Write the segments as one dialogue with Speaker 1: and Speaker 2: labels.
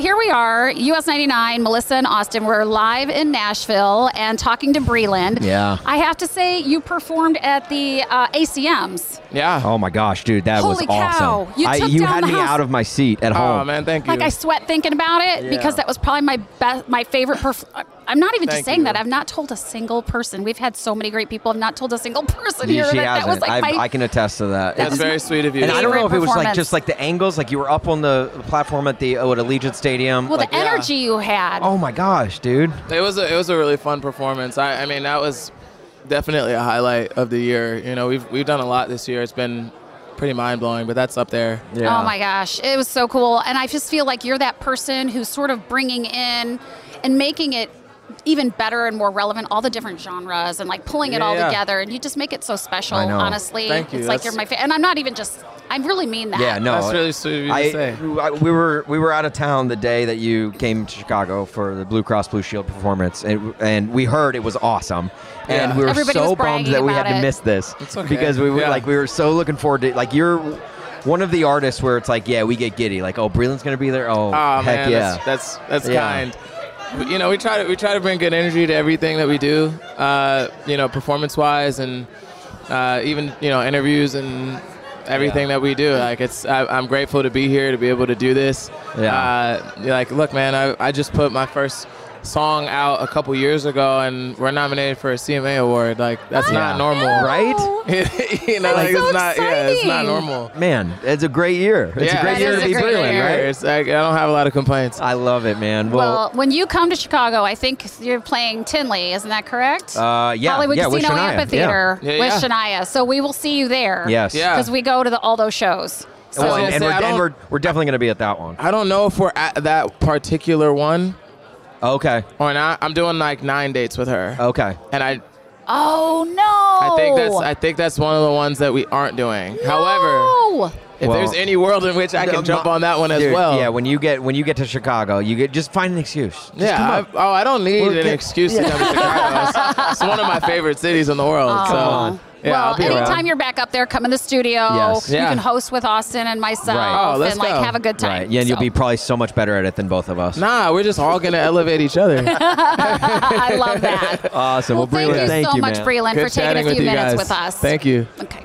Speaker 1: Here we are, US 99, Melissa and Austin. We're live in Nashville and talking to Breland.
Speaker 2: Yeah.
Speaker 1: I have to say, you performed at the uh, ACMs.
Speaker 2: Yeah.
Speaker 3: Oh my gosh, dude, that was
Speaker 1: Holy
Speaker 3: awesome.
Speaker 1: cow, you
Speaker 3: I,
Speaker 1: took
Speaker 3: you
Speaker 1: down
Speaker 3: had
Speaker 1: the
Speaker 3: me
Speaker 1: house.
Speaker 3: out of my seat at
Speaker 2: Oh
Speaker 3: home.
Speaker 2: man, thank you.
Speaker 1: Like I sweat thinking about it because
Speaker 2: Yeah.
Speaker 1: that was probably my best, my favorite. Perf- I'm not even just
Speaker 2: Thank
Speaker 1: saying that.
Speaker 2: you.
Speaker 1: I've not told a single person. We've had so many great people. I've not told a single person
Speaker 3: She
Speaker 1: here
Speaker 3: hasn't.
Speaker 1: that that was like
Speaker 3: I,
Speaker 1: my.
Speaker 3: I can attest to that.
Speaker 2: That's very sweet of you.
Speaker 3: and I don't know if it was like
Speaker 1: performance.
Speaker 3: just like the angles, like you were up on the platform at the oh, at Allegiant Stadium.
Speaker 1: well,
Speaker 3: like,
Speaker 1: the energy you had.
Speaker 3: oh my gosh, dude.
Speaker 2: It was a, it was a really fun performance. I, I mean, that was definitely a highlight of the year. You know, we've we've done a lot this year. It's been pretty mind blowing, but that's up there.
Speaker 3: Yeah.
Speaker 1: Oh my gosh, it was so cool. And I just feel like you're that person who's sort of bringing in and making it even better and more relevant all the different genres and like pulling it all
Speaker 2: Yeah, yeah.
Speaker 1: together and you just make it so special
Speaker 3: I know.
Speaker 1: honestly
Speaker 2: Thank you,
Speaker 1: it's like
Speaker 2: that's-
Speaker 1: you're my favorite and i'm not even just i really mean that
Speaker 3: Yeah, no.
Speaker 2: That's really sweet of you to
Speaker 3: I-
Speaker 2: say.
Speaker 3: I- we were we were out of town the day that you came to Chicago for the Blue Cross Blue Shield performance, and, and we heard it was awesome, and
Speaker 2: Yeah.
Speaker 3: we were
Speaker 1: Everybody
Speaker 3: so
Speaker 1: was
Speaker 3: bummed
Speaker 1: bragging
Speaker 3: that we
Speaker 1: about
Speaker 3: had to
Speaker 1: it.
Speaker 3: miss this
Speaker 2: It's okay.
Speaker 3: because we were
Speaker 2: Yeah.
Speaker 3: like we were so looking forward to like you're one of the artists where it's like yeah we get giddy like oh Breland's gonna be there oh,
Speaker 2: Oh
Speaker 3: heck
Speaker 2: man,
Speaker 3: yeah
Speaker 2: that's that's, that's
Speaker 3: Yeah.
Speaker 2: kind. But, You know, we try to we try to bring good energy to everything that we do. Uh, you know, performance wise, and uh, even you know interviews and everything that we do. Like it's, I, I'm grateful to be here to be able to do this.
Speaker 3: Yeah.
Speaker 2: Uh, you're like, look, man, I, I just put my first song out a couple years ago, and we're nominated for a CMA award. Like that's
Speaker 3: Yeah.
Speaker 2: not normal,
Speaker 3: right
Speaker 2: you know,
Speaker 1: That's
Speaker 2: like
Speaker 1: so
Speaker 2: it's not, yeah, it's not
Speaker 1: exciting.
Speaker 2: normal.
Speaker 3: man it's a great year it's
Speaker 2: yeah,
Speaker 3: a great
Speaker 1: That
Speaker 3: year
Speaker 1: is
Speaker 3: to
Speaker 1: a
Speaker 3: be
Speaker 1: great
Speaker 3: Breland
Speaker 1: year.
Speaker 3: right
Speaker 2: It's like, I don't have a lot of complaints.
Speaker 3: I love it man
Speaker 1: well when you come to chicago i think you're playing tinley isn't that correct
Speaker 3: uh yeah
Speaker 1: hollywood
Speaker 3: yeah with
Speaker 1: casino
Speaker 3: Shania.
Speaker 1: amphitheater
Speaker 2: Yeah. Yeah,
Speaker 1: with
Speaker 2: yeah.
Speaker 1: shania so we will see you there
Speaker 3: Yes.
Speaker 2: Yeah.
Speaker 1: because we go to the, all those shows so
Speaker 3: yeah. Well,
Speaker 2: I was
Speaker 3: and, and
Speaker 2: gonna say,
Speaker 3: we're,
Speaker 2: I
Speaker 3: and
Speaker 2: don't-
Speaker 3: we're, we're definitely gonna be at that one
Speaker 2: I don't know if we're at that particular one
Speaker 3: okay
Speaker 2: or not. I'm doing like nine dates with her,
Speaker 3: okay
Speaker 2: and I
Speaker 1: oh no
Speaker 2: I think that's
Speaker 1: Oh.
Speaker 2: I think that's one of the ones that we aren't doing. However,
Speaker 1: No!
Speaker 2: if
Speaker 3: Well,
Speaker 2: there's any world in which I
Speaker 3: No,
Speaker 2: can jump
Speaker 3: my-
Speaker 2: on that one as
Speaker 3: Dude,
Speaker 2: well,
Speaker 3: Yeah, when you get when you get to Chicago, you get just find an excuse. Just come
Speaker 2: yeah.
Speaker 3: on.
Speaker 2: I, oh, I don't need
Speaker 3: We'll
Speaker 2: an
Speaker 3: get-
Speaker 2: excuse to come to Chicago. It's, it's one of my favorite cities in the world. so
Speaker 3: on.
Speaker 2: yeah, I'll
Speaker 1: well,
Speaker 2: be
Speaker 1: anytime
Speaker 2: around.
Speaker 1: you're back up there, come in the studio.
Speaker 3: Yes.
Speaker 1: You
Speaker 2: Yeah.
Speaker 1: can host with Austin and myself
Speaker 3: Right.
Speaker 2: Oh, let's
Speaker 1: and like
Speaker 2: go.
Speaker 1: have a good time.
Speaker 3: Right. Yeah, and you'll
Speaker 1: So,
Speaker 3: be probably so much better at it than both of us.
Speaker 2: Nah, we're just all gonna elevate each other.
Speaker 1: I love that.
Speaker 3: Awesome.
Speaker 1: well, thank
Speaker 3: Breland,
Speaker 1: you so much,
Speaker 3: man.
Speaker 1: Breland,
Speaker 2: Good
Speaker 1: for taking
Speaker 2: chatting
Speaker 1: a
Speaker 2: with
Speaker 1: few
Speaker 2: you
Speaker 1: minutes
Speaker 2: guys.
Speaker 1: with us.
Speaker 2: Thank you.
Speaker 1: Okay.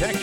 Speaker 4: Protect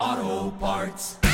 Speaker 5: O'Reilly Auto Parts.